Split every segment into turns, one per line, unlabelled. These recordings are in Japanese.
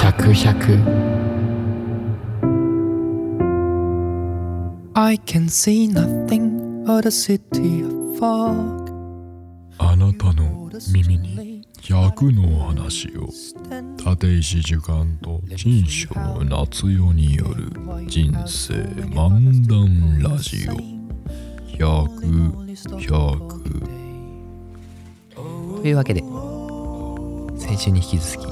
百百
I can see nothing but a city of fog
あなたの耳に100の話を立石時間と陳章夏代による人生漫談ラジオ100100
というわけで先週に引き続き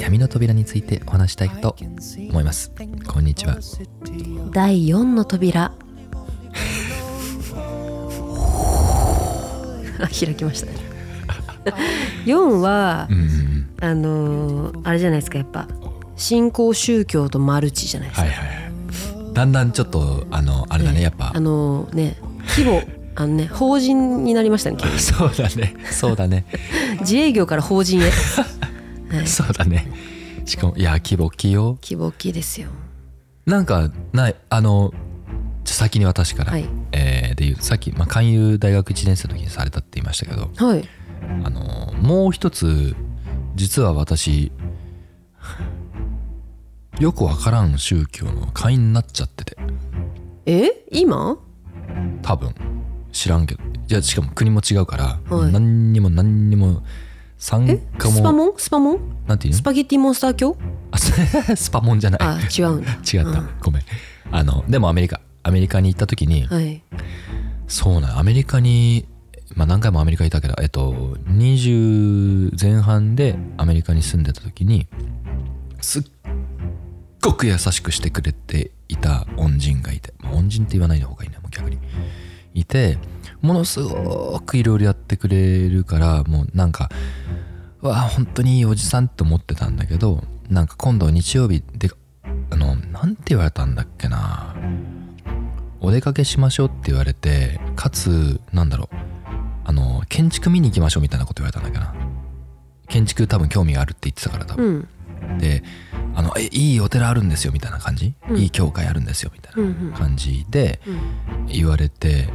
闇の扉についてお話したいと思いますこんにちは
第4の扉 あ開きましたね 4は、
うんうん
あのーあれじゃないですかやっぱ新興宗教とマルチじゃないですか、
はいはいはいだんだんちょっとあのあれだねやっぱ
あのーね規模あのね法人になりましたね急に
そうだねそうだね
自営業から法人へ
そうだねしかもいや規模器用
規模大きいですよ
なんかないあのちょ先に私から、
はい
えーで言うとさっき、まあ、勧誘大学1年生の時にされたって言いましたけど
はい
あのもう一つ実は私 よくわからん宗教の会員になっちゃってて
え今
多分知らんけどいやしかも国も違うから、
はい
何にも何にも参
え
加
スパ
も
モンスパモン
なんていう
ス
の
パゲッティモンスター教
あ ススパモンじゃない
あ違うんだ
違った、ごめんあのでもアメリカアメリカに行った時に、
はい
そうなんアメリカに、まあ、何回もアメリカにいたけど、えっと、20前半でアメリカに住んでた時にすっごく優しくしてくれていた恩人がいて、まあ、恩人って言わない方がいいなもう逆にいてものすごくいろいろやってくれるからもうなんかうわあ本当にいいおじさんって思ってたんだけどなんか今度日曜日であのなんて言われたんだっけなお出かけしましょうって言われてかつなんだろうあの建築見に行きましょうみたいなこと言われたんだっけな建築多分興味があるって言ってたから多
う
分、
ん
であのえいいお寺あるんですよみたいな感じ、
うん
いい教会あるんですよみたい
うん
な
う
ん感じで
うん
言われて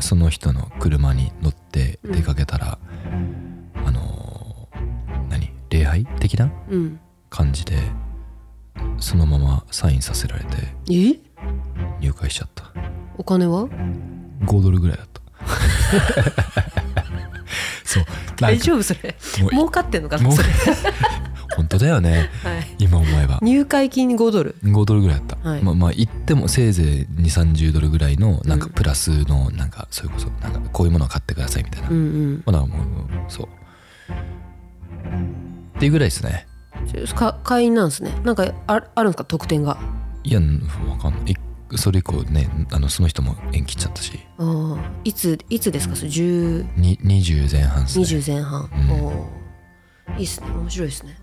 その人の車に乗って出かけたら、あの何礼拝的な
うん
感じでそのままサインさせられて
え
入会しちゃった
お金は
5ドルぐらいだ った。そう。なん
大
か
丈夫それ
もう
儲かってんのかな
もう
それ
本当だよね。
はい
今思えば。
入会金5ドル
5ドルぐらいだった。
はい
まあまあ行ってもせいぜい2、30ドルぐらいのなんか
うん
プラスのなんかそれこそなんかこういうものを買ってくださいみたいな。
う
ま
ん
あだからもうそう。っていうぐらいですね。
うんちょか会員なんですねなんかああるんですか特典が
いや、わかんない。いそれ以降ね、あのその人も縁切っちゃったし、
あーいついつですかそれ10
に20前半ですね。
20前半、
うん
おーいいっすね面白 いですね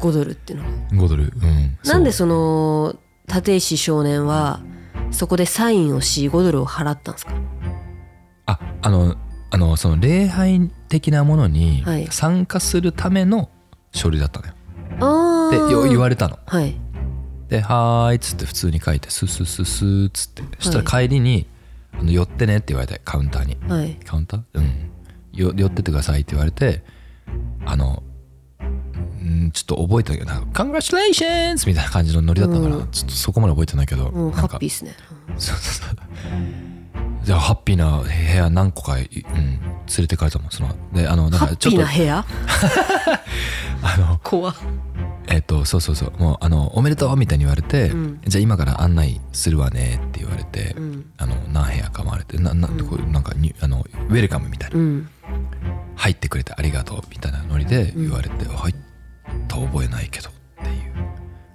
5ドルっていうのが
5ドル。うん。
なんで
そ
その立石少年はそこでサインをし5ドルを払ったんですか
うあ、あの、あの、その礼拝的なものに
はい
参加するための書類だったのよ。
ああ
でよ言われたの。
はい
で「はーい」っつって普通に書いてスースースースーっつってそしたら帰りに「あの寄ってね」って言われてカウンターに
はい
「カウンターうんよ寄ってってください」って言われてあのうんちょっと覚えてないけどなんか「Congratulations!」みたいな感じのノリだったから、
うん
ちょっとそこまで覚えてないけど、
もう
な
ハ
ん
ッ
か
ピーですね
そうそうそうじゃあハッピーな部屋何個か、いうん、連れてかれたもんそのであのだ
ハ
から
ッ
ちょ
ピ
っ
ー
と
な部屋
あの
怖
えっとそうそうそうもうあの「おめでとう」みたいに言われて、
うん
じゃあ今から案内するわね」って言われて、
うん
あの何部屋か回れてななこうなんかにあのウェルカムみたいな、
うん
入ってくれてありがとうみたいなノリで言われて「入った覚えないけど」っていう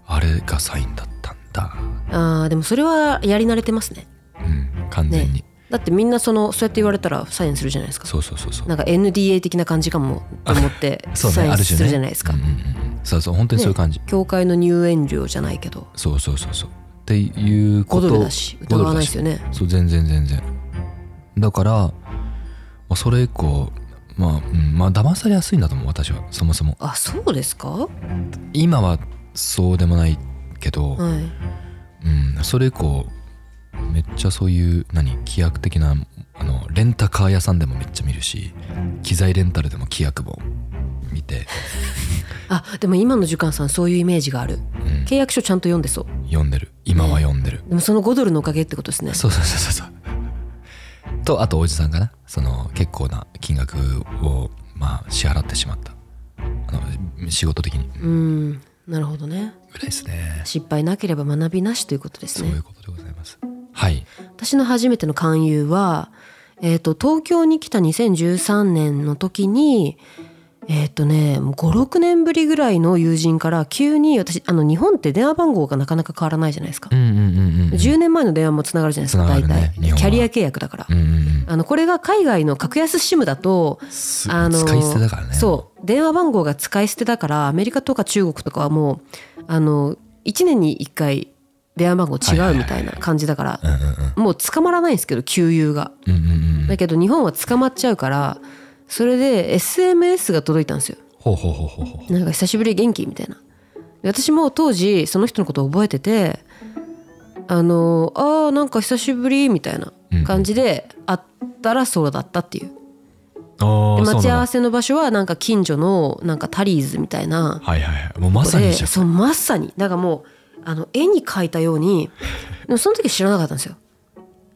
あれがサインだったんだ、
あーでもそれはやり慣れてますね
うん、完全に、
ねだってみんなそのそうやって言われたらサインするじゃないですか
そうそうそうそう
なんか NDA 的な感じかもと思って
そう
サ
ね
イン
ある種
す
ね
るじゃないですか、
うんうんうん、そうそう本当にそういう感じ、
教会の入園料じゃないけど
そうそうそうそうっていうこ
5
と
ドルだし
5
疑わないですよね
そう全然全然だから、まあ、それ以降まあ、うん、まあ騙されやすいんだと思う私はそもそも
あそうですかは
今はそうでもないけど、
い
うん、それ以降めっちゃそういう何規約的なあのレンタカー屋さんでもめっちゃ見るし機材レンタルでも規約も見て、
あでも今の寿貫さんそういうイメージがある
うん、
契約書ちゃんと読んでそう
読んでる今は読んでる
でもその5ドルのおかげってことですね
そうそうそうそうそうとあとおじさんかなその結構な金額をまあ支払ってしまったあの仕事的にうん
うんなるほどね
ぐらいですね
失敗なければ学びなしということです
そうい
ね
うことでございますはい
私の初めての勧誘は、えー、と東京に来た2013年の時にえっ、とねもう56年ぶりぐらいの友人から急に私あの日本って電話番号がなかなか変わらないじゃないですか、
うんうんうんうんうん
10年前の電話もつながるじゃないですか
つなが
大
るね
体、
日本は
キャリア契約だから、
うんうん
あのこれが海外の格安 SIM だと
うんす
あの
使い捨てだからね
そう電話番号が使い捨てだからアメリカとか中国とかはもうあの1年に1回電話番号違うみたいな感じだから、
うんうんうん
もう捕まらないんですけど給油が。
うんうんうん
だけど日本は捕まっちゃうからそれで SMS が届いたんですよ。
ほうほうほうほうほう
なんか久しぶり元気みたいな。で私も当時その人のことを覚えててあのあーなんか久しぶりみたいな感じで会ったらそうだったっていう。
あ
で
あ
待
そう
ち合
なん
わ
だ
せの場所はなんか近所のなんかタリーズみたいな
はいはいはいもうまさに
で
じゃん
そうまさにだからもうあの絵に描いたようにでもその時知らなかったんですよ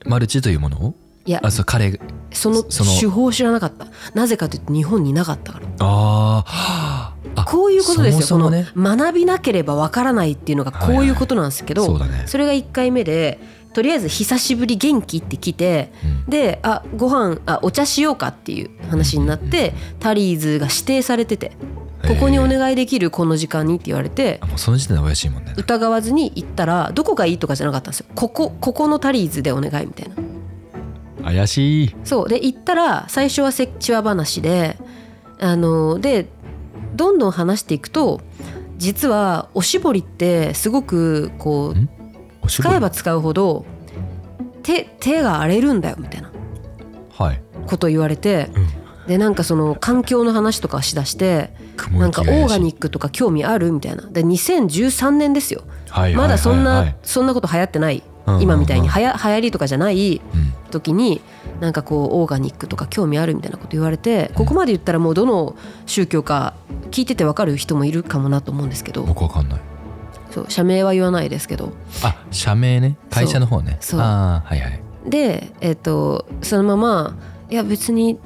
マルチというものを
いや
あそう彼が
その
その
手法を知らなかったなぜかというと日本になかったから
あーはああ
こういうことですよ
そもそもね
この学びなければわからないっていうのがこういうことなんですけど、
はいはいそうだね
れが1回目でとりあえず「久しぶり元気?」って来て、で「あご飯あお茶しようか」っていう話になって、タリーズが指定されてて「ここにお願いできるこの時間に」って言われて
あもうその時点で怪しいもんね
疑わずに行ったらどこがいいとかじゃなかったんですよ「ここここのタリーズでお願い」みたいな。
怪しい
そうで行ったら最初はせっちわ話であのでどんどん話していくと実はおしぼりってすごくこうん
おしぼ
使
り
えば使うほど手手が荒れるんだよみたいな
はい
ことを言われて、でなんかその環境の話とかしだして
雲
なん
行
か
き
オ
が怪しい
ーガニックとか興味あるみたいなで2013年ですよ
はい
まだそ
は
ん
いはい
な
はい
そんなこと流行ってない
うんうんうん
今みたいにはや流行りとかじゃない
うん
時になんかこうオーガニックとか興味あるみたいなこと言われてここまで言ったらもうどの宗教か聞いてて分かる人もいるかもなと思うんですけど
僕わかんない
そう社名は言わないですけど
あ社名ね会社の方ね
そう
ああはいはい
で、えっとそのまま「いや別に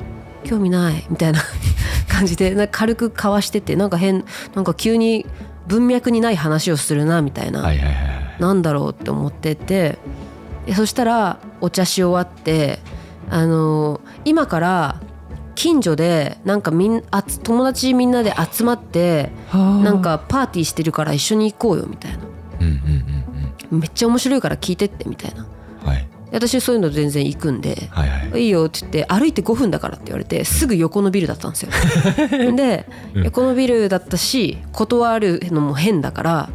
興味ない」みたいな 感じでなんか軽く交わしててなんか変なんか急に文脈にない話をするなみたいな、
はいはいはいはい
なんだろうって思っててでそしたらお茶し終わってあの今から近所でなんかみんあつ友達みんなで集まってなんかパーティーしてるから一緒に行こうよみたいな
うんうんうん
めっちゃ面白いから聞いてってみたいな
うんはい
で私そういうの全然行くんで
はいはい
いいよって言って歩いて5分だからって言われてすぐ横のビルだったんですよで、横のビルだったし断るのも変だから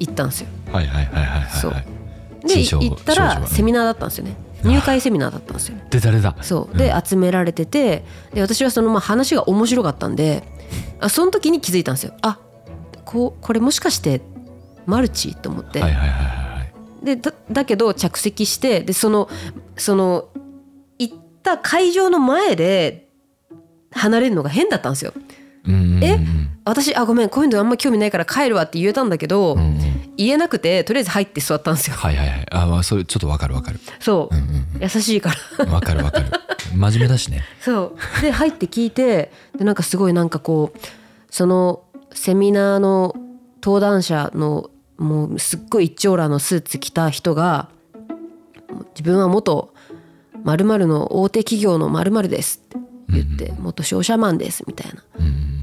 行ったんですよ
はいはいはいはい
そう
はい
で
新商
行った
商
ら
状
セミナーだったんですよね入会セミナーだったんですよ
出た出た
そうで集められててで私はそのまあ話が面白かったんであその時に気づいたんですよあこうこれもしかしてマルチと思って、
はいはいはいはいはい
でだだけど着席してでそのその行った会場の前で離れるのが変だったんですよ
うんうんうん
え私あごめんこういうのあんま興味ないから帰るわって言えたんだけど、
うんうん
言えなくてとりあえず入って座ったんですよ
はいはいはいあまあそれちょっとわかるわかる
そう、
うんうん
優しいから
うんわかるわかる 真面目だしね
そうで入って聞いてでなんかすごいなんかこうそのセミナーの登壇者のもうすっごい一長羅のスーツ着た人が自分は元〇〇の大手企業の〇〇ですって言って、元商社マンですみたいな。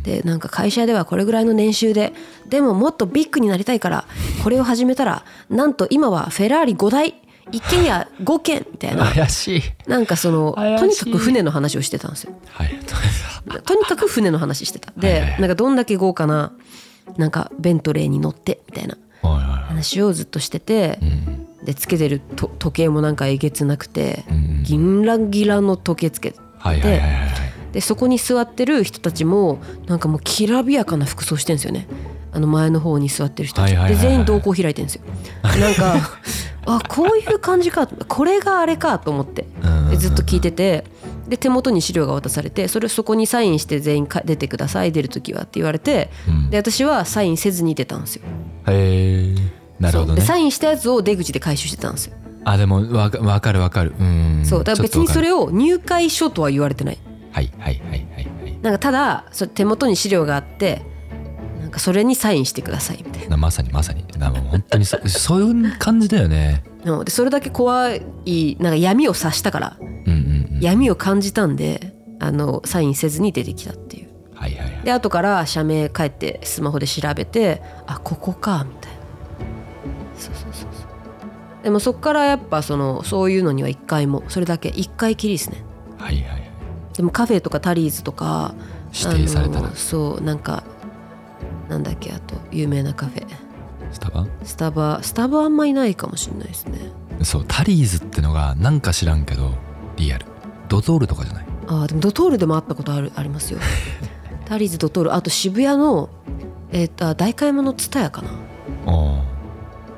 でなんか会社ではこれぐらいの年収ででももっとビッグになりたいからこれを始めたらなんと今はフェラーリ5台一軒家5軒みたいな
怪しい
なんかそのとにかく船の話をしてたんですよ
はい
とにかく船の話してた
はいはい
で
はい
なんかどんだけ豪華ななんかベントレーに乗ってみたいな
はいは
話をずっとしてて
いうん
でつけてると時計もなんかえげつなくて
うん
銀ラギラの時計つけて
はいはいはいはいはい
でそこに座ってる人たちもなんかもうきらびやかな服装してんですよねあの前の方に座ってる人たち、
はいはいはいはい
で全員瞳孔開いてるんですよなん かあこういう感じかこれがあれかと思って
うんうんうん
でずっと聞いててで手元に資料が渡されてそれをそこにサインして全員か出てください出る時はって言われて
うん
で私はサインせずに出たんですよ
へえなるほど
そうで
ね
サインしたやつを出口で回収してたんですよ、
あでもわかわかるわかるうん
そうだから別にそ
ちょっ
れを入会書とは言われてない
とわかるはいはいはいはいはい
なんかただそ手元に資料があってなんかそれにサインしてくださいみたい
なまさにまさになもう本当にそ そういう感じだよね
ななのでそれだけ怖いなんか闇を察したから
うんうんうん
闇を感じたんであのサインせずに出てきたっていう
はいはいはい
で後から社名帰ってスマホで調べてあここかみたいなそうそうそうそうでもそっからやっぱそのそういうのには一回もそれだけ一回きりですね
はいはいはい
でもカフェとかタリーズとか
指定された
あ
ら
のそうなんかなんだっけあと有名なカフェ
スタバ
スタバスタバあんまいないかもしれないですね
そうタリーズってのがなんか知らんけどリアルドトールとかじゃない
あーでもドトールでも会ったことあるあ りますよタリーズドトールあと渋谷のえっ、とあ大買い物ツタヤかな
おー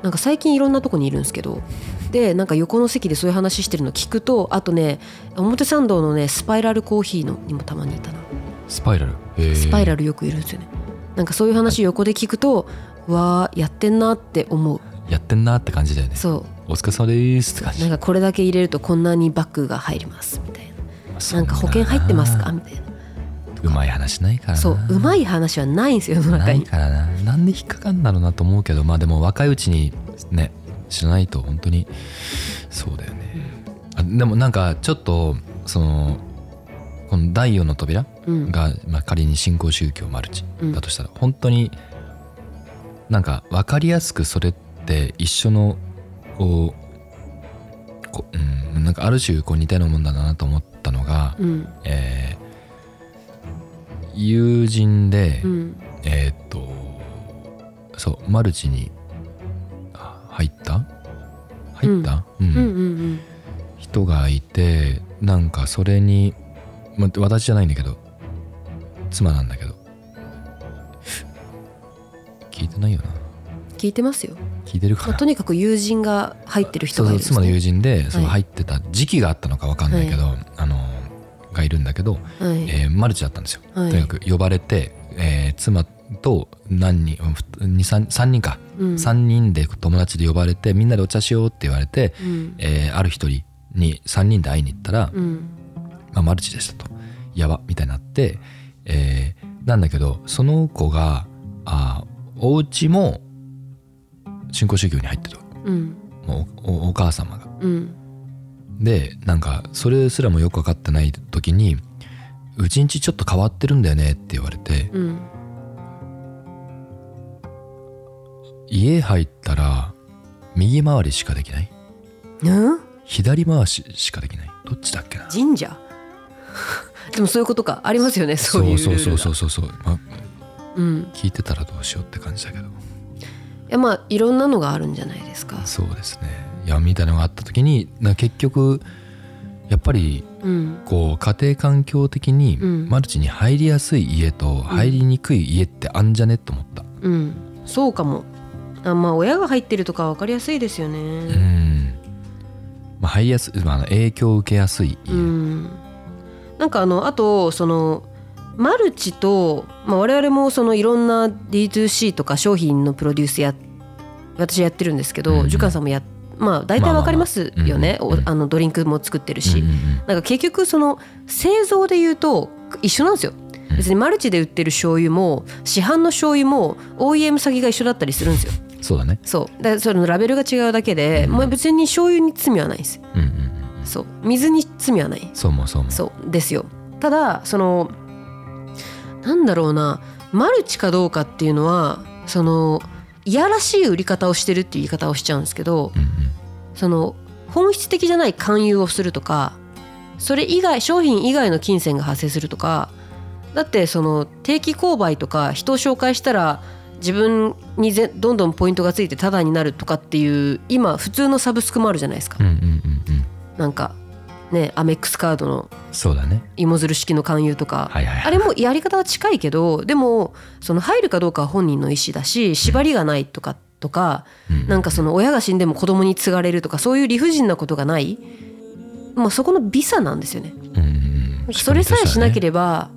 なんか最近いろんなとこにいるんですけどでなんか横の席でそういう話してるの聞くとあとね表参道のねスパイラルコーヒーのにもたまにいたな
スパイラルへー
スパイラルよくいるんですよねなんかそういう話横で聞くとわーやってんなって思う
やってんなって感じだよね
そ
お疲れ様でーすって感
うな
じ
んかこれだけ入れるとこんなにバッグが入りますみたいな
そ
なんか保険入ってますかみたいな
うまい話ないからな
そううまい話はないんですよ世の中
ない
に
からななんで引っかかんだろうなと思うけどまあでも若いうちにね知らないと本当にそうだよねあでもなんかちょっとそのこの第4の扉
うん
が、まあ、仮に新興宗教マルチ
うん
だとしたら、本当になんか分かりやすくそれって一緒のこうこうんなんかある種こう似たようなもんだなと思ったのが、
うん
えー友人で、
うん
えーっとそうマルチにあ入った入った、うん
うんうん
人がいてなんかそれに、ま、私じゃないんだけど妻なんだけど聞いてないよな
聞いてますよ、
聞いてる
ま
か
あ
な
とにかく友人が入ってる
そ
人
う
が
そう
いるんですね
妻の友人でその
は
入ってた時期があったのかわかんないけど、あのがいるんだけど、
はい
えーマルチだったんですよ。
はい
とにかく呼ばれて、えー妻と何人3人か、
うん
3人で友達で呼ばれてみんなでお茶しようって言われて、
うん
えーある一人に3人で会いに行ったら、
うん
まあ、マルチでしたとやばみたいになって、えーなんだけどその子があーお家も新興宗教に入ってる
うん
もうおお母様が。
うん
でなんかそれすらもよく分かってない時に「うちんちちょっと変わってるんだよね」って言われて
うん
家入ったら右回りしかできない
うん
左回ししかできないどっちだっけな
神社 でもそういうことかありますよねそういうルー
そ
ル
う
が
そうそうそうそう、まあ、
うんい
聞いてたらどうしようって感じだけど
やまあいろんなのがあるんじゃないですか
そうですね闇みたいなのがあった時にな結局やっぱり
うん
こう家庭環境的に
うん
マルチに入りやすい家と入りにくい家ってあんじゃねと思った
うんそうかもあまあ親が入ってるとかわかりやすいですよ
うん、
ね
まあ、入りやすい、まあ、あの影響を受けやすい家、
うんなんかあのあとそのマルチと、まあ、我々もそのいろんな D2C とか商品のプロデュースや私やってるんですけど、
うん
ジュカンさんもやまあ大体わかりますよね、
まあまあまあうん
おあのドリンクも作ってるし、
うんうん
なんか結局その製造で言うと一緒なんですよ
うん
別にマルチで売ってる醤油も市販の醤油も OEM 先が一緒だったりするんですよ
うんそうだね
そうだそのラベルが違うだけで、
うん
まあ、別に醤油に罪はないです
うんうんうん
そう水に罪はない
そうもそうも
そうですよただそのなんだろうなマルチかどうかっていうのはそのいやらしい売り方をしてるっていう言い方をしちゃうんですけど、
うん
その本質的じゃない勧誘をするとかそれ以外商品以外の金銭が発生するとかだってその定期購買とか人を紹介したら自分にぜどんどんポイントがついてタダになるとかっていう今普通のサブスクもあるじゃないですか、
うんうんうんうんうん
なんかねアメックスカードの
そうだね
芋づる式の勧誘とか、
はいはいはい
あれもやり方は近いけどでもその入るかどうかは本人の意思だし縛りがないとかとか、なんかその親が死んでも子供に継がれるとかそういう理不尽なことがない、まあ、そこの美さなんですよね
うんうんうん
それさえしなければ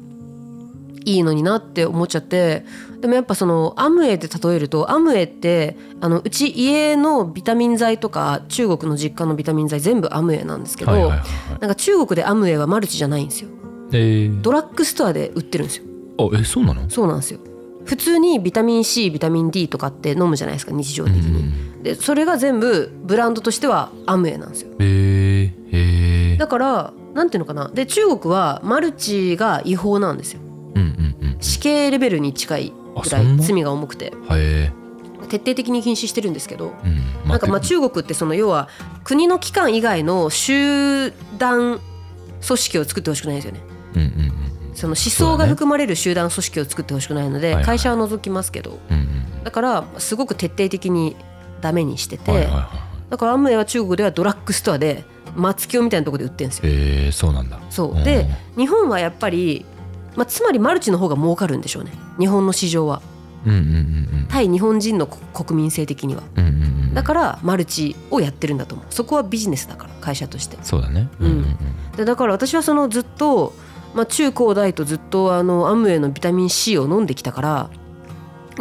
いいのになって思っちゃってでもやっぱそのアムウェイって例えるとアムウェイってあのうち家のビタミン剤とか中国の実家のビタミン剤全部アムウェイなんですけど、
はいはいはいはい
なんか中国でアムウェイはマルチじゃないんですよ
えー
ドラッグストアで売ってるんですよ
あえそうなの
そうなんですよ普通にビタミン C ビタミン D とかって飲むじゃないですか日常的に、でそれが全部ブランドとしてはアムウェイなんですよ
えー、えー、
だからなんていうのかなで中国はマルチが違法なんですよ
うんうんうん
死刑レベルに近いぐら
あそん
い
な
罪が重くて
はいえ
徹底的に禁止してるんですけど
ー、うん
なん
待
か
って
まあ中国ってその要は国の機関以外の集団組織を作ってほしくないですよね
うんうん
その思想が含まれる集団組織を作ってほしくないの
はい
で
はい
会社は除きますけど
うんうんうん
だからすごく徹底的にダメにして
うんはい
て
はいはい
だからアムウェイは中国ではドラッグストアで松清みたいなところで売ってるんですよ
えー、そうなんだ
そうで日本はやっぱり、まあ、つまりマルチの方が儲かるんでしょうね日本の市場は
うんうんうん
対日本人のこ国民性的には
うんうんうんうん
だからマルチをやってるんだと思うそこはビジネスだから会社として
そうだね
うんでだから私はそのずっと、まあ、中高大とずっとあのアムウェイのビタミン C を飲んできたから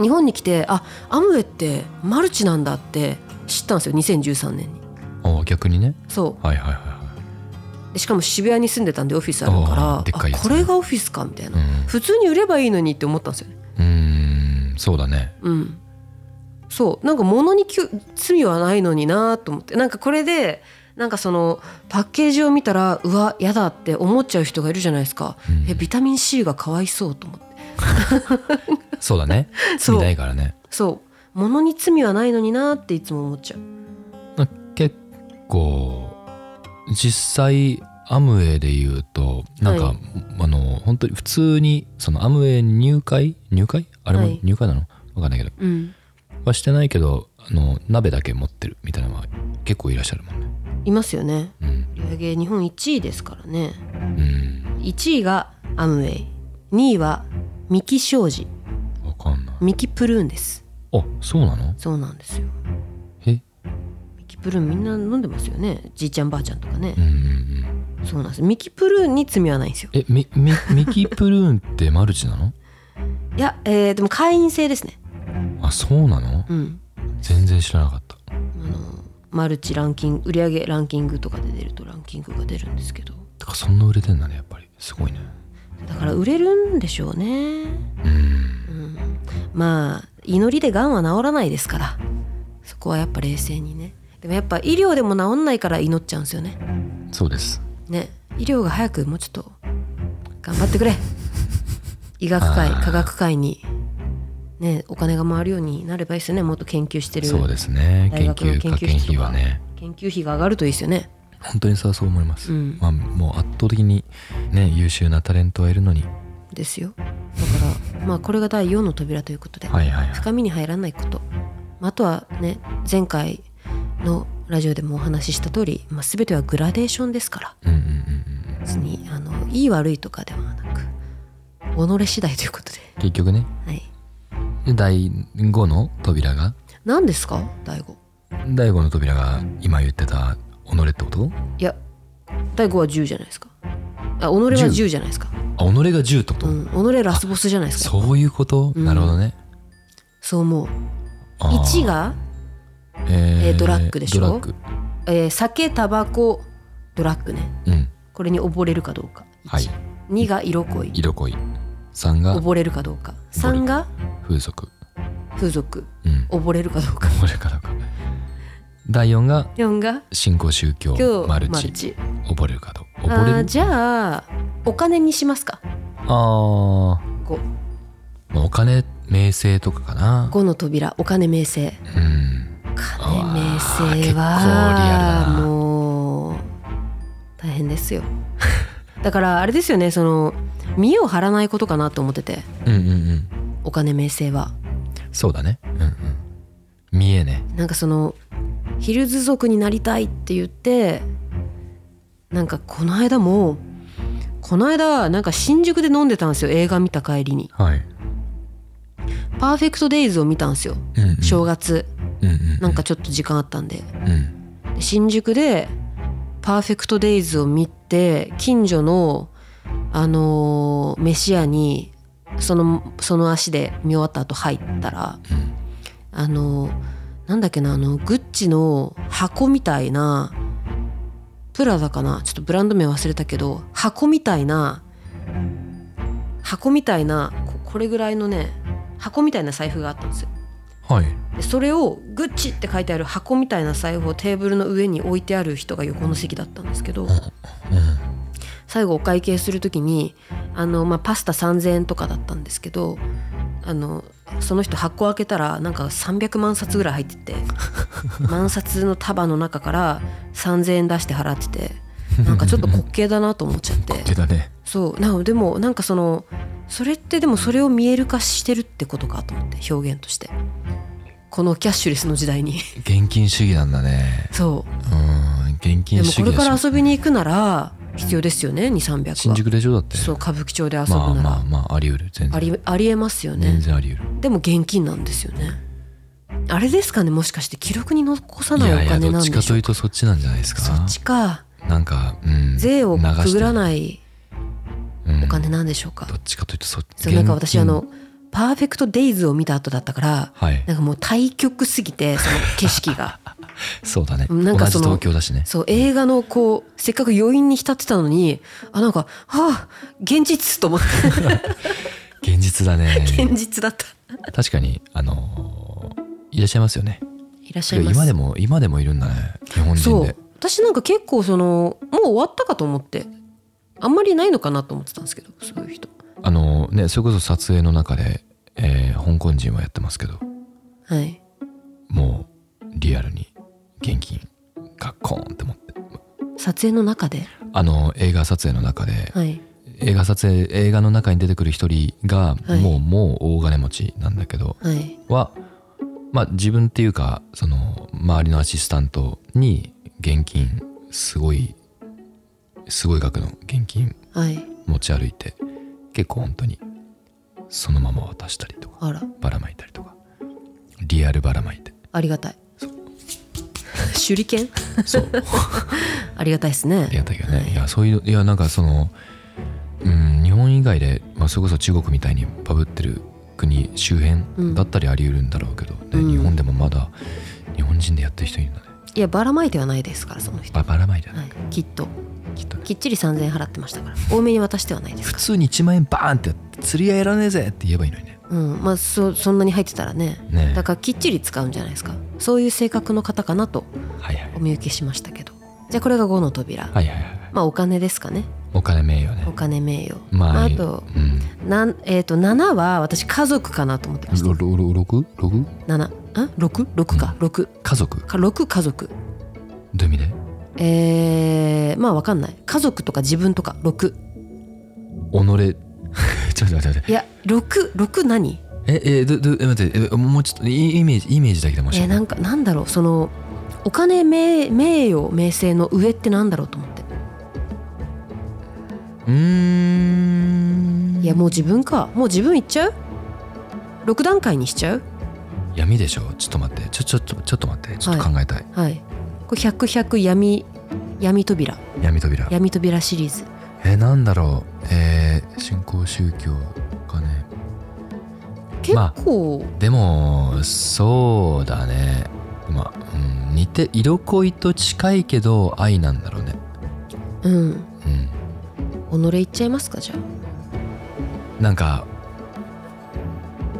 日本に来てあアムウェイってマルチなんだって知ったんですよ2013年に
あ逆にね
そう
はいはいはい
でしかも渋谷に住んでたんでオフィスあるか
あ
ら
ーでっかいや
あ
つ
これがオフィスかみたいな、
うん
普通に売ればいいのにって思ったんですよね
うんそうだね
うんそうなんか物にきゅ罪はないのになと思ってなんかこれでなんかそのパッケージを見たらうわやだって思っちゃう人がいるじゃないですか、
うん
えビタミン C がかわいそうと思って
そうだね
そう
見ないからね
そう物に罪はないのになっていつも思っちゃう
結構実際アムウェイで言うとなんか、
はい
あの本当に普通にそのアムウェイ入会入会あれ
は
も
い
入会なの、わかんないけど
うん
はしてないけどあの鍋だけ持ってるみたいなのは結構いらっしゃるもんね
いますよね
うん
売り上げ日本1位ですからね
うん
1位がアムウェイ2位は三木商事
わかんない
ミキプルーンです
あそうなの
そうなんですよ
え
ミキプルーンみんな飲んでますよねじいちゃんばあちゃんとかね
うんうんうん
そうなんですミキプルーンに罪はないんですよ
えみみ ミキプルーンってマルチなの
いや、えーでも会員制ですね
あそうなの
うん
全然知らなかった
あのマルチランキング売上ランキングとかで出るとランキングが出るんですけど
てかそんな売れてんだねやっぱりすごいね
だから売れるんでしょうね
うん
まあ祈りでがんは治らないですからそこはやっぱ冷静にねでもやっぱ医療でも治んないから祈っちゃうんですよね
そうです
ね医療が早くもうちょっと頑張ってくれ医学界科学界にねお金が回るようになればいいですよねもっと研究してる
そうですね
大
研
学の
究
研
課
究
研
費
費
と
は
か
ね
研究費が上がるといいですよね
本当にそうそう思います、
うん
まあもう圧倒的にね優秀なタレントはいるのに
ですよだからまあこれが第4の扉ということで、
はいはいはい
深みに入らないことまああとはね前回のラジオでもお話しした通り、まあ、全てはグラデーションですから
うんうんうんうん
別にあのいい悪いとかではなく己次第ということで
結局ね
はい
で第5の扉が
何ですか第5
第5の扉が今言ってた己ってこと
いや第5は10じゃないですかあ己は10じゃないですか
あ己が10ってこと、
うん己ラスボスじゃないですか
そういうこと、
うん
なるほどね
そう思う
あー
1が、
え
えードラッグでしょ
ドラッグ
えー酒タバコドラッグね
うん
これに溺れるかどうか、
はい
2が色恋
色恋3が
溺れるかどうか
溺れる
3が
風俗
風俗
うん
溺れるかどう か
これからか第4が
4が
信仰宗
今
教
日
マ
マ
ル
ル
チ
チ
溺れるかどう
あ
溺れ
ー
る
じゃあお金にしますか
あー
5,
まあお金名声とかかな
5の扉お金名声
うん
お金名声
あー結構リアルだな
はもう大変ですよ だからあれですよねその見栄を張らないことかなと思ってて
うんうんうん
お金名声は
そうだねうんうん見えね
なんかそのヒルズ族になりたいって言ってなんかこの間もこの間なんか新宿で飲んでたんですよ映画見た帰りに
はい
「パーフェクト・デイズ」を見たんですよ
うんうん
正月
うんうん
なんかちょっと時間あったんで
うん
で新宿で「パーフェクト・デイズ」を見て近所のあのー飯屋にそのその足で見終わった後入ったら、
うん
あのーなんだっけなあのグッチの箱みたいなプラザかなちょっとブランド名忘れたけど箱みたいな箱みたいなここれぐらいのね箱みたいな財布があったんですよ。
はい
でそれを「グッチ」って書いてある箱みたいな財布をテーブルの上に置いてある人が横の席だったんですけど最後お会計する時にあの、まあ、パスタ3,000円とかだったんですけどあのその人箱開けたらなんか300万冊ぐらい入って て万冊の束の中から3,000円出して払っててなんかちょっと滑稽だなと思っちゃって
出たね
そうなでもなんかそのそれってでもそれを見える化してるってことかと思って表現としてこのキャッシュレスの時代に
現金主義なんだね
そう
うん現
で
金
も
主義
これ
だし
から遊びに行くなら必要ですよね2300は
新宿でしょだって
そう歌舞伎町で遊ぶ
まあ
なら、
まあまああり得る全然
ありありえますよね
全然あり得る
でも現金なんですよねあれですかねもしかして記録に残さ
い
ないお
やいや
金
ど
な
っ
ん
ち
で
か
し
と
ょ
いううとそっちなんじゃないですか
そっちか
なんかうん
税をくぐら
い
ないお金なんでしょうか、
どっちかというとそっ
そうなんか
現
私
金
あの「パーフェクト・デイズ」を見た後だったから、
はい
なんかもう対極すぎてその景色が
そうだね
なんかその
同じ東京だしね
そう映画のこうせっかく余韻に浸ってたのにあなんか「はあ現実!」と思って
現実だね
現実だった
確かにあのーいらっしゃいますよね
いらっしゃいます
今でも今でもいるんだね日本人
そ
で
う私なんか結構そのもう終わったかと思ってあんまりないのかなと思ってたんですけどそういう人
あのーねそれこそ撮影の中で、えー香港人はやってますけど
はい
もうリアルに現金がコーンって持って
撮影の中で
あのー映画撮影の中で
はい
映画撮影映画の中に出てくる一人がもう、
はい
もう大金持ちなんだけど
はい
は、まあ、自分っていうかその周りのアシスタントに現金すごいすごい額の現金
はい
持ち歩いて結構本当にそのまま渡したりとか
あら
ばらまいたりとかリアルばらまいて
ありがたい 手裏剣
そう
ありがたいです
ありが
ね
たいけどねいやそういういやなんかそのうん日本以外で、まあ、それこそ中国みたいにバブってる国周辺だったりあり得るんだろうけど、ね
うん
日本でもまだ日本人でやってる人いるんだね
いやばらまいてはないですからその人、
ばばらまいてない
はい、きっと
きっとね
きっちり3,000円払ってましたから多めに渡してはないです
普
か
通に1万円バーンってやって釣り合いらねえぜって言えばいいのにね
らうんまあそそんなに入ってたらね
ねえ
だからきっちり使うんじゃないですかそういう性格の方かなと
はいはい
お見受けしましたけどじゃあこれが5の扉、
はいはいはい
まあお金ですかね
お金名誉ね
お金名誉、
まあ、
まあ、あと
うん、
なん、えー、と7は私家族かなと思ってました
ろろろ六六
7あ六六か6
家族
か6家族
どういう意味で
えー、まあわかんない家族とか自分とか6
己 ちょっと待って待って
いや66何
ええどどえ待ってえもうちょっとイイメージイメージだけでもし
えー、なんかなんだろうそのお金名名誉名声の上ってなんだろうと思って
うーん
いやもう自分かもう自分いっちゃう6段階にしちゃう
闇でしょちょっと待ってちょちょちょちょっと待ってちょっと考えたい、
はいこれ100100闇闇扉
闇扉
闇扉シリーズ
えなんだろうえー、信仰宗教お金
結
まあ
構、
でもそうだねまあ、うん、似て色恋と近いけど愛なんだろうね
うん
うん
己いっちゃいますかじゃ
なんか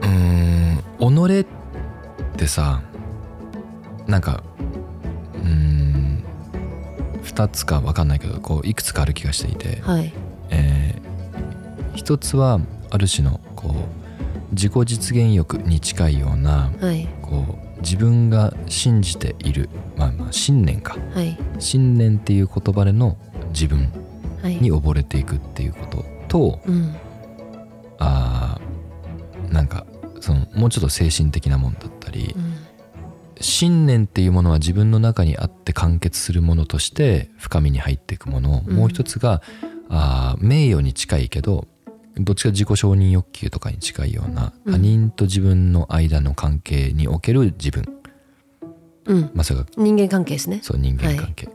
うーん己ってさなんかうーん2つか分かんないけどこういくつかある気がしていて、
あはい
えー一つはある種のこう自己実現欲に近いような
はい
こう自分が信じている、まあ、まあ信念か
はい
信念っていう言葉での自分
はい
に溺れていくっていうことと
うん
あーなんかそのもうちょっと精神的なもんだったり
うん
信念っていうものは自分の中にあって完結するものとして深みに入っていくもの、
うん
もう一つがあー名誉に近いけどどっちか自己承認欲求とかに近いような
うん
他人と自分の間の関係における自分、
うん
まあそれが
人間関係ですね
そう人間関係、ってっ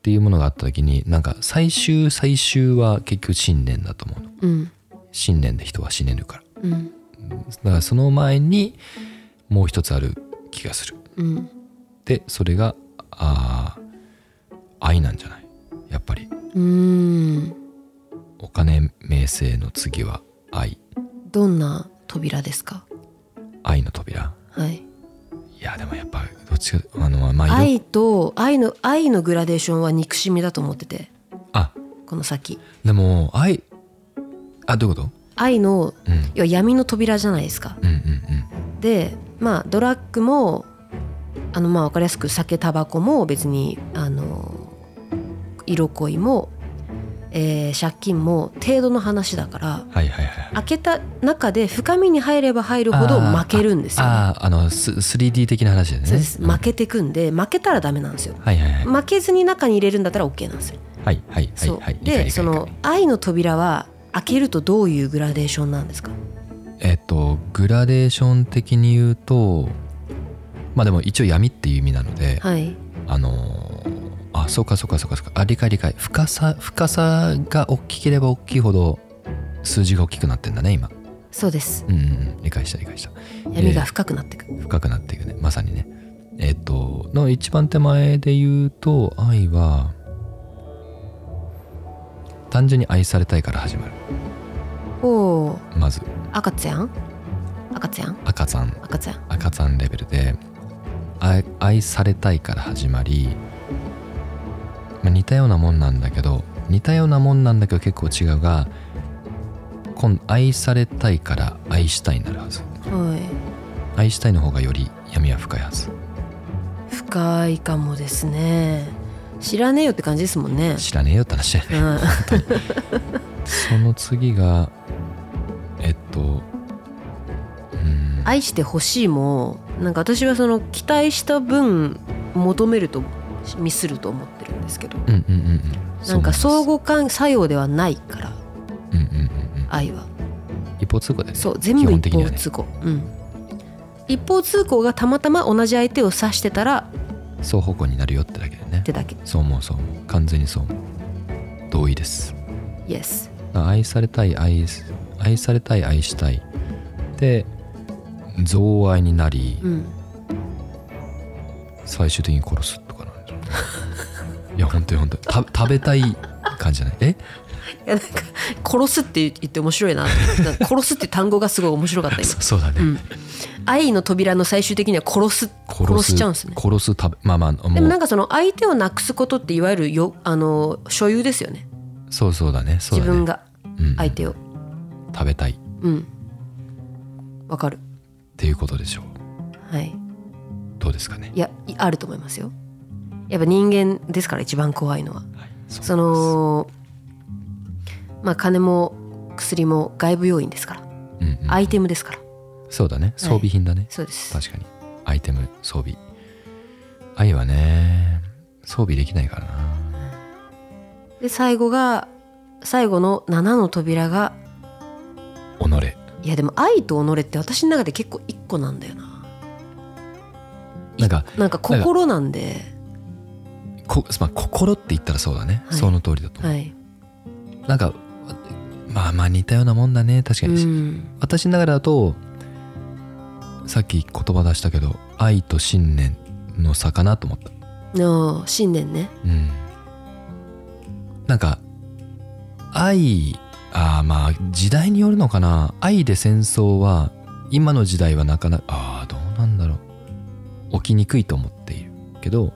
ていうものがあった時になんか最終最終は結局信念だと思うの
うん
信念で人は死ねるから
うん
だからその前にもう一つある気がする
うん
でそれがあー愛なんじゃないやっぱり
うん
お金名声の次は愛
どんな扉ですか
愛の扉
はい
いやでもやっぱどっちかあのまあいろ
愛と愛の愛のグラデーションは憎しみだと思ってて
あ
この先
でも愛あどういうこと
愛の
うん
要は闇の扉じゃないですか
うんうん
でまあドラッグもあのまあ分かりやすく酒タバコも別にあの色恋も、えー借金も程度の話だから
うんはいはいはいはい
開けた中で深みに入れば入るほど
あー
負けるんですよ、ね、
あああのス 3D 的な話だよね
そうです
ん
負けてくんで負けたらダメなんですよ
はいはいはい
負けずに中に入れるんだったら OK なんですよ
はいはいはい
そう
はい理解理
で
解
その
理解
愛の扉は開けるとどういうグラデーションなんですか
えっとグラデーション的に言うとまあでも一応闇っていう意味なので、
はい
あのーあそうかそうかそうかそうかあ理解理解深さ深さが大きければ大きいほど数字が大きくなってんだね今
そうです
うんうんうん理解した理解した
闇が深くなってく、
深くなっていくねまさにねえっ、との一番手前で言うと愛は単純に愛されたいから始まる
おー
まず
赤ちゃん赤ちゃん
赤ちゃん
赤ちゃん
赤ちゃんレベルで愛愛されたいから始まり、まあ、似たようなもんなんだけど似たようなもんなんだけど結構違うが今愛されたいから愛したいになるはず
は
愛したいの方がより闇は深いはず
い深いかもですね知らねえよって感じですもんね
知らねえよって話だよね
うん
その次がえっとうん
愛してほしいもなんか私はその期待した分求めるとミスると思ってるんですけど
うんうんうんうん
なんか
そう
相
思い
互間作用ではないから
ますうんうんうんうん
愛は
一方通行で
そう全部
基本的
一
には
方
ね
通行、うん一方通行がたまたま同じ相手を指してたら
双方向になるよってだけでね
ってだけ
そう思うそう思う完全にそう思う同意です
イエス
愛されたい愛す愛されたい愛したいで憎愛になり、
うん
最終的に殺すとかなんじゃないいや本当に本当にた食べたい感じじゃないえ
いやなんか殺すって言って面白いななんか殺すって単語がすごい面白かった今
そそうだね、
うん愛の扉の最終的には殺す殺しちゃうんですね
殺す食べまあまあもう
でもなんかその相手をなくすことっていわゆるよあの所有ですよね
そうそうだねそう
自
だね
分が
うん
相手を
食べたいっ
うんわかる
ていうことでしょう
はい
どうですかね
いやいあると思いますよやっぱ人間ですから一番怖いのは
はいそう
そのまあ金も薬も外部要因ですから
うんうん
アイテムですから
そうだね装備品だね、
そうです
確かにアイテム装備愛はね装備できないからな
で最後が最後の7の扉が
己
いやでも愛と己って私の中で結構一個なんだよな
なんか
なんか心なんで
こ、まあ、心って言ったらそうだね、
はい
その通りだと思う、
はい
なんかまあまあ似たようなもんだね確か
う
に、
ん
私の中だとさっき言葉出したけど愛と信念の差かなと思った
の信念ね
うんなんか愛あーまあ時代によるのかな愛で戦争は今の時代はなかなかあーどうなんだろう起きにくいと思っているけど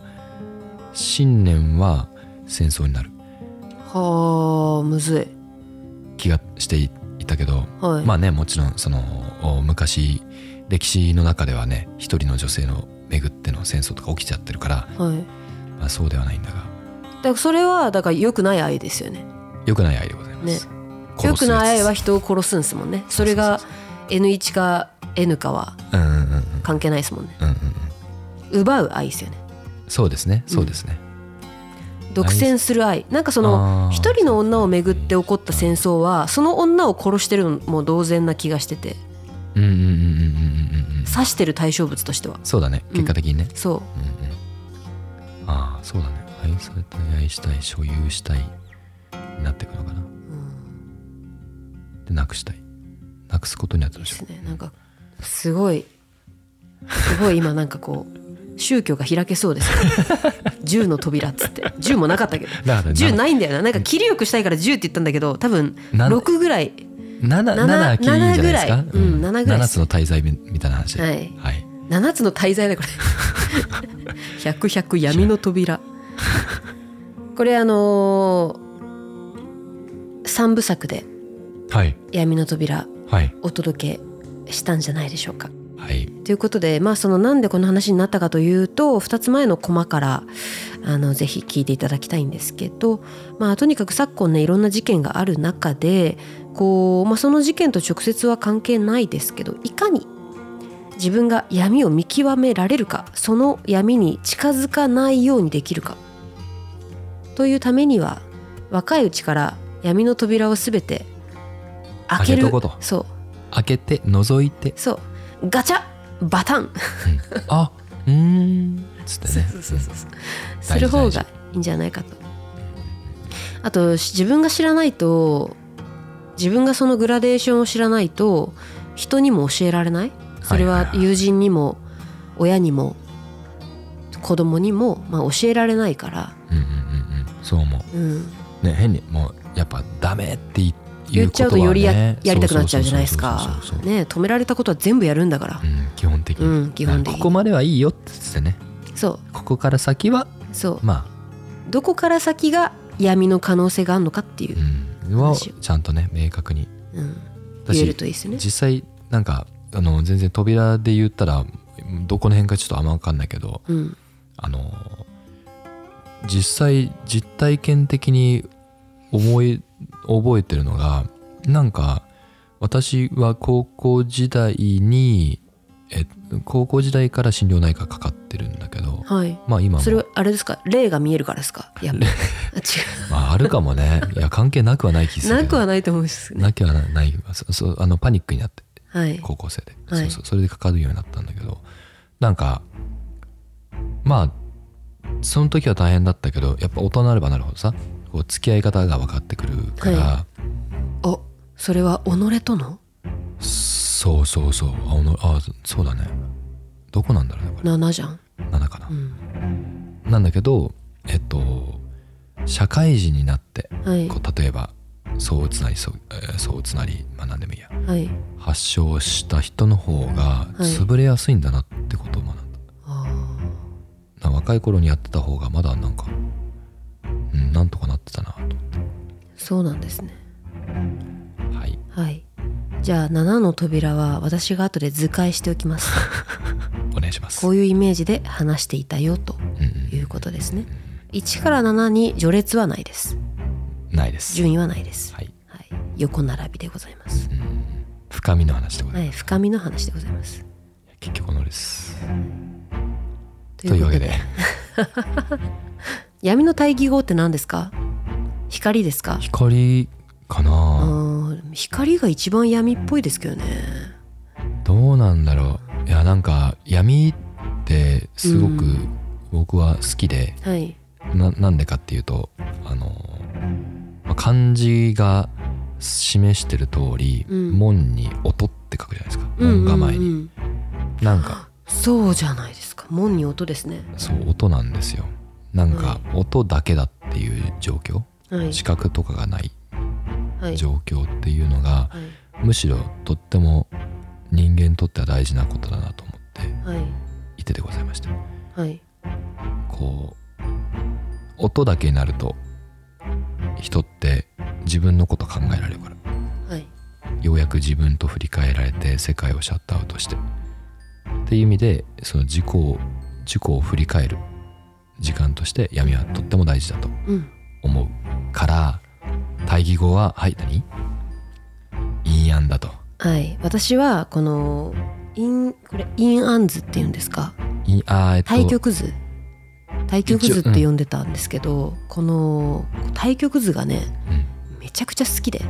信念は戦争になる
はあむずい
気がしていたけど
はい、
まあねもちろんそのお昔歴史の中ではね一人の女性の巡っての戦争とか起きちゃってるから、
はい、だ
まあ、そうではないんだが
からそれはだから良くない愛ですよね
良くない愛でございます。
良くない愛
殺
は
すやつ
人を殺すんですもんねそれが
そ
N1 か N かは
うんうんうんうん
関係ないですもんね
うんうんうん、
奪う愛ですよね
そうですねそうですね、
独占する愛なんかそ
あ
の
ー
一人の女をめぐって起こった戦争はその女を殺してるのも同然な気がしてて
うん、うんうんうんうんうんうんうん
刺してる対象物としては
そうだね結果的にね、
そ
うんうんああそうだね愛されたい愛したい所有したいになっていくのかなでなくしたいなくすことになってる
で
でし
す
ょ
ねなんかすごいすごい今なんかこう宗教が開 けそうですよ銃の扉っつって銃もなかったけ
だから
ど
な
銃ないんだよななんか切りよくしたいから銃って言ったんだけど多分
な
6ぐらい
七七きいいんじゃないですか
七ぐらいうん七ぐらい
七つの滞在みみたいな話で
はい
はい、
7つの大罪だこれ百百闇の扉これあのー、3部作で
はい
「闇の扉
はい」
お届けしたんじゃないでしょうか
はい
ということでまあそのなんでこの話になったかというと2つ前のコマからあのぜひ聞いていただきたいんですけど、まあ、とにかく昨今ねいろんな事件がある中でこう、まあ、その事件と直接は関係ないですけどいかに自分が闇を見極められるかその闇に近づかないようにできるかというためには若いうちから闇の扉を全て開
開
ける
けとこと
そう
開けて覗いて
そうガチャバタン
あうーんつってね
そうそうそうそう
うん
する方
大事大
がいいんじゃないかとあとし自分が知らないと自分がそのグラデーションを知らないと人にも教えられないそれ
はい
は
はいはい
友人にも親にも子供にもまあ教えられないから、
うんうんうんうんそう思
うん、
うね変にもうやっぱダメって言
言っちゃうと
言
よ
う
り
こと
や,、
はね
やりたくなっちゃうじゃないです
そう
か
そうそうそうそう
ね止められたことは全部やるんだから
うん基本的に、
うん基本的
ここ
に
まではいいよって言ってね
そう
ここから先は
そう
ま
どこから先が闇の可能性があるのかってい
あ、
う、
うん、は
話を
ちゃんとね明確に
うん、
だし
言えるといいですよね
実際なんかあの全然扉で言ったらどこの辺かちょっとあんま分かんないけど
うん
あの実際実体験的に思い覚えてるのがなんか私は高校時代にえ高校時代から心療内科かかってるんだけど
はい
まあ今も
それはあれですか霊が見えるからですかやっぱあ
まあ、あるかもねいや関係なくはない気
違
す
う
る
なくは
な
ないと思うんですね
なきゃなないそそうあのパニックになって
はい
高校生で、
はい
そうそうそれでかかるようになったんだけどなんかまあその時は大変だったけどやっぱ大人になればなるほどさこう付き合い方が分かってくるから、
はおそれは己との
そうそうそうあおのあそそうだねどこなんだろうねこれ
7じゃん、
7かな
う、ん、
なんだけどえっと社会人になって
はい
こう例えばそうつなりそうえーそうつなりまあ何でもいいや
はい
発症した人の方が
はい
潰れやすいんだなってことを学んだ、
あ
な若い頃にやってた方がまだなんか、うん、なんとかなってたなと。
ーそうなんですね
はい。
はいじゃあ7の扉は私が後で図解しておきます
お願いします。
こういうイメージで話していたよと
うんうん
いうことですね1から7に序列はないです
ないです。
順位はないです、
はい。
はい、横並びでございます
深みの話でござ
はいい深みの話でございます
ます。結局のです。
と
というわけで、
闇の対義語って何ですか光ですか
光か
う
な、
ーん光が一番闇っぽいですけどね
どうなんだろう。いや、なんか闇ってすごく
うん
僕は好きで、
はい
ななんでかっていうと、あの、まあ漢字が示してる通り、
うん
門に音って書くじゃないですか。門構えに。
うんうんうん
なんか、
そうじゃないですか門に音ですね
そう音なんですよなんか音だけだっていう状況
はい
視覚とかがない
はい
状況っていうのが
はい
むしろとっても人間にとっては大事なことだなと思って
はい
いてでございました
はい
こう音だけになると人って自分のこと考えられるから
はい
ようやく自分と振り返られて世界をシャットアウトしてっていう意味でその自己を自己を振り返る時間として闇はとっても大事だと
うん
思うから対義語ははい何陰暗だと
はい私はこのインこれインアンズって言うんですか
陰あーえっと
対極図対極図って呼んでたんですけど、この対極図がね
うん
めちゃくちゃ好きで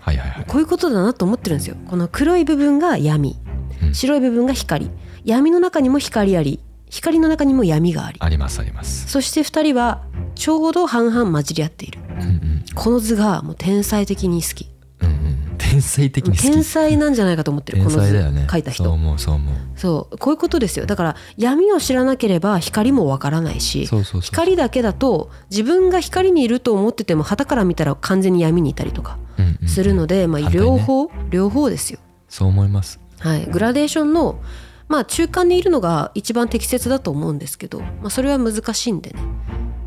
はいはいはい
こういうことだなと思ってるんですよこの黒い部分が闇
うん
白い部分が光闇の中にも光あり光の中にも闇があり
ありますあります
そして2人はちょうど半々混じり合っている
うんうん
この図がもう天才的に好き
うんうん天才的に好き
天才なんじゃないかと思ってる
天
この
才だよ
図
ね
書いた
そう
人
思うそう思う
そうこういうことですよだから闇を知らなければ光もわからないし
そうそうそう
光だけだと自分が光にいると思ってても傍から見たら完全に闇にいたりとか
うんうんうん
するので、まあ、
反対ね
両方、両方ですよ、
そう思います
はい、グラデーションの、まあ、中間にいるのが一番適切だと思うんですけど、まあ、それは難しいんでね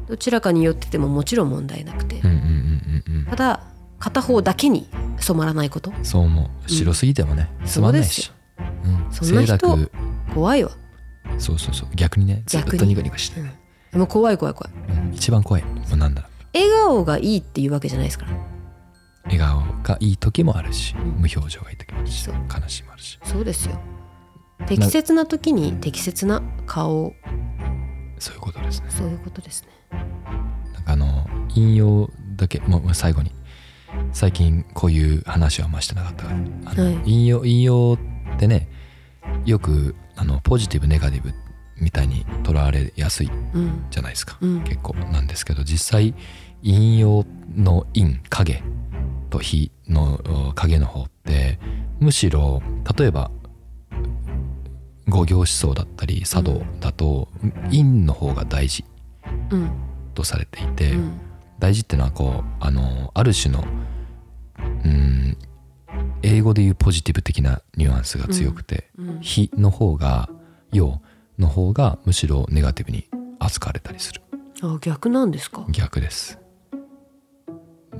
どちらかによっててももちろん問題なくて
うんうんうんうん
ただ片方だけに染まらないこと
うんそう思う白すぎてもねつまんないしうん
そんな
清
人
濁
怖いわ
そうそうそう逆にねずっ
逆に
とニコニコしてね
でも怖い怖い怖い
うん一番怖いもうなんだろう
笑顔がいいっていうわけじゃないですから
笑顔がいい時もあるし無表情がいい時もあるし
そう
悲しみもあるし
そうですよ適切な時に適切な顔を
そういうことですね
そういうことですね
なんかあの引用だけもう最後に最近こういう話はあんましてなかったからあの、
はい
引用引用ってねよくあのポジティブネガティブみたいにとらわれやすい
うん
じゃないですか、
うん
結構なんですけど実際引用の陰影と非のお影の方ってむしろ例えば五行思想だったり茶道だと陰の方が大事
うん
とされていて、
うん
大事ってのはこうあのある種のうん英語で言うポジティブ的なニュアンスが強くて、
うん
非の方が陽の方がむしろネガティブに扱われたりする
あ逆なんですか
逆です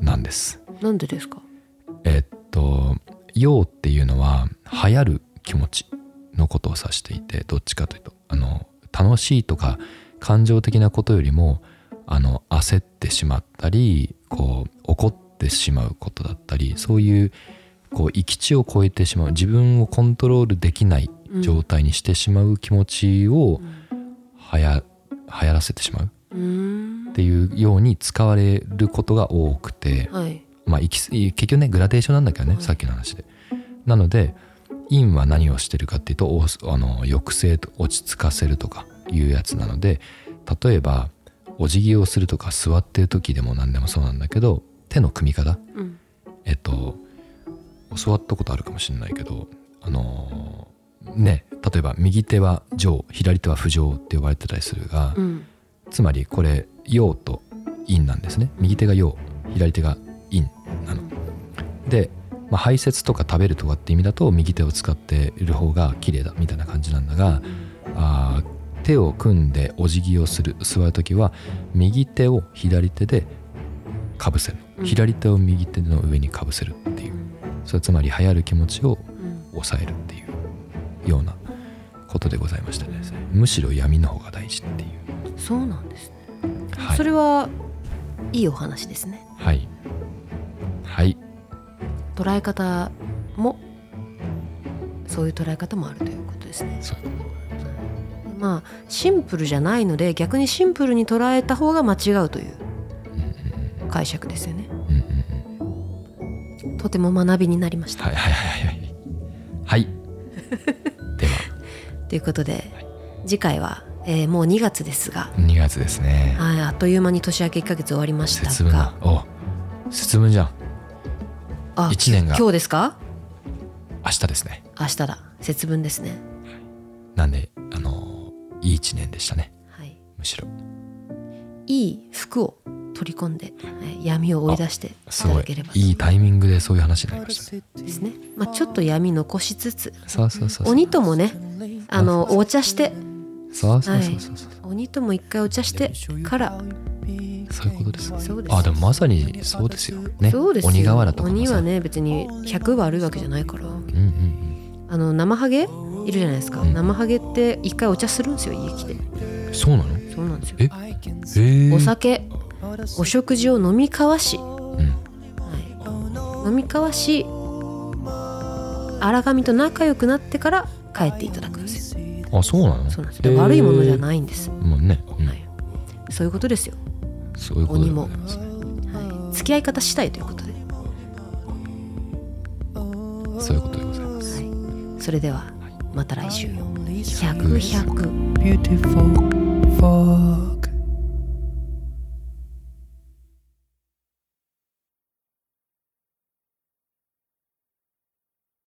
なんです
なんでですか
えっと陽っていうのは流行る気持ちのことを指していてどっちかというとあの楽しいとか感情的なことよりもあの焦ってしまったりこう怒ってしまうことだったりそういうこう域地を超えてしまう自分をコントロールできない状態にしてしまう気持ちをはや流行らせてしまう
うーん
っていうように使われることが多くて、
はい
まあ、行きす結局ねグラデーションなんだけどね、さっきの話で。なので陰は何をしてるかっていうとおあの抑制と落ち着かせるとかいうやつなので例えばお辞儀をするとか座ってる時でも何でもそうなんだけど手の組み方
うん
えっと教わったことあるかもしれないけどあのーね例えば右手は上左手は不上って呼ばれてたりするが、
うん
つまりこれ陽と陰なんですね右手が陽左手が陰なので、まあ、排泄とか食べるとかって意味だと右手を使っている方が綺麗だみたいな感じなんだがあー手を組んでお辞儀をする座る時は右手を左手でかぶせる
うん
左手を右手の上にかぶせるっていうそれはつまり流行る気持ちを
うん
抑えるっていうようなことでございましたねむしろ闇の方が大事っていう、
そうなんですね
はい
それはいいお話ですね
はい。はい。
捉え方もそういう捉え方もあるということですね
そういうこ
まあシンプルじゃないので逆にシンプルに捉えた方が間違うという解釈ですよね
と。うんうんうん。
とても学びになりました、
はいはいはいはい。 はい。では、
ということで、次回は、えーもう2月ですが、
2月ですね。
はい、あっという間に年明け1ヶ月終わりまし
節
た
分
が
だ。お節分じゃん。
あ
一年が
今日ですか
明日ですね。
明日だ節分ですね
なんで、あのー、いい一年でしたね。
はい
むしろ。
いい服を取り込んで、えー闇を追い出してい
す
た
ご
だ
い
ければ。と
いいタイミングでそういう話になりましたね。
ですね、まあ、ちょっと闇残しつつ
そうそうそうそう。
鬼ともねあのお茶して
そうそうそうそうそう。
鬼とも一回お茶してから
そういうことです。
そうです
あ、でもまさにそうですよ。ね。
そうですよ
鬼瓦とかも
鬼
さ。
はね別に100悪いわけじゃないから
うんうんうん。
あの生ハゲいるじゃないですか、
うん
生ハゲって一回お茶するんですよ家来て
そうなの
そうなんですよ
ええー、
お酒お食事を飲み交わし、
うん。
はい、飲み交わし荒神と仲良くなってから帰っていただくんですよ
あそうなの
そうなんですよ悪いものじゃ
い
ないんです、
もうね、うん
はい、そういうことですよ、
そういうことでございますね
はい、付き合い方次第ということで、
そういうことでございます
はい、それではまた来週
Only
100 100
beautiful for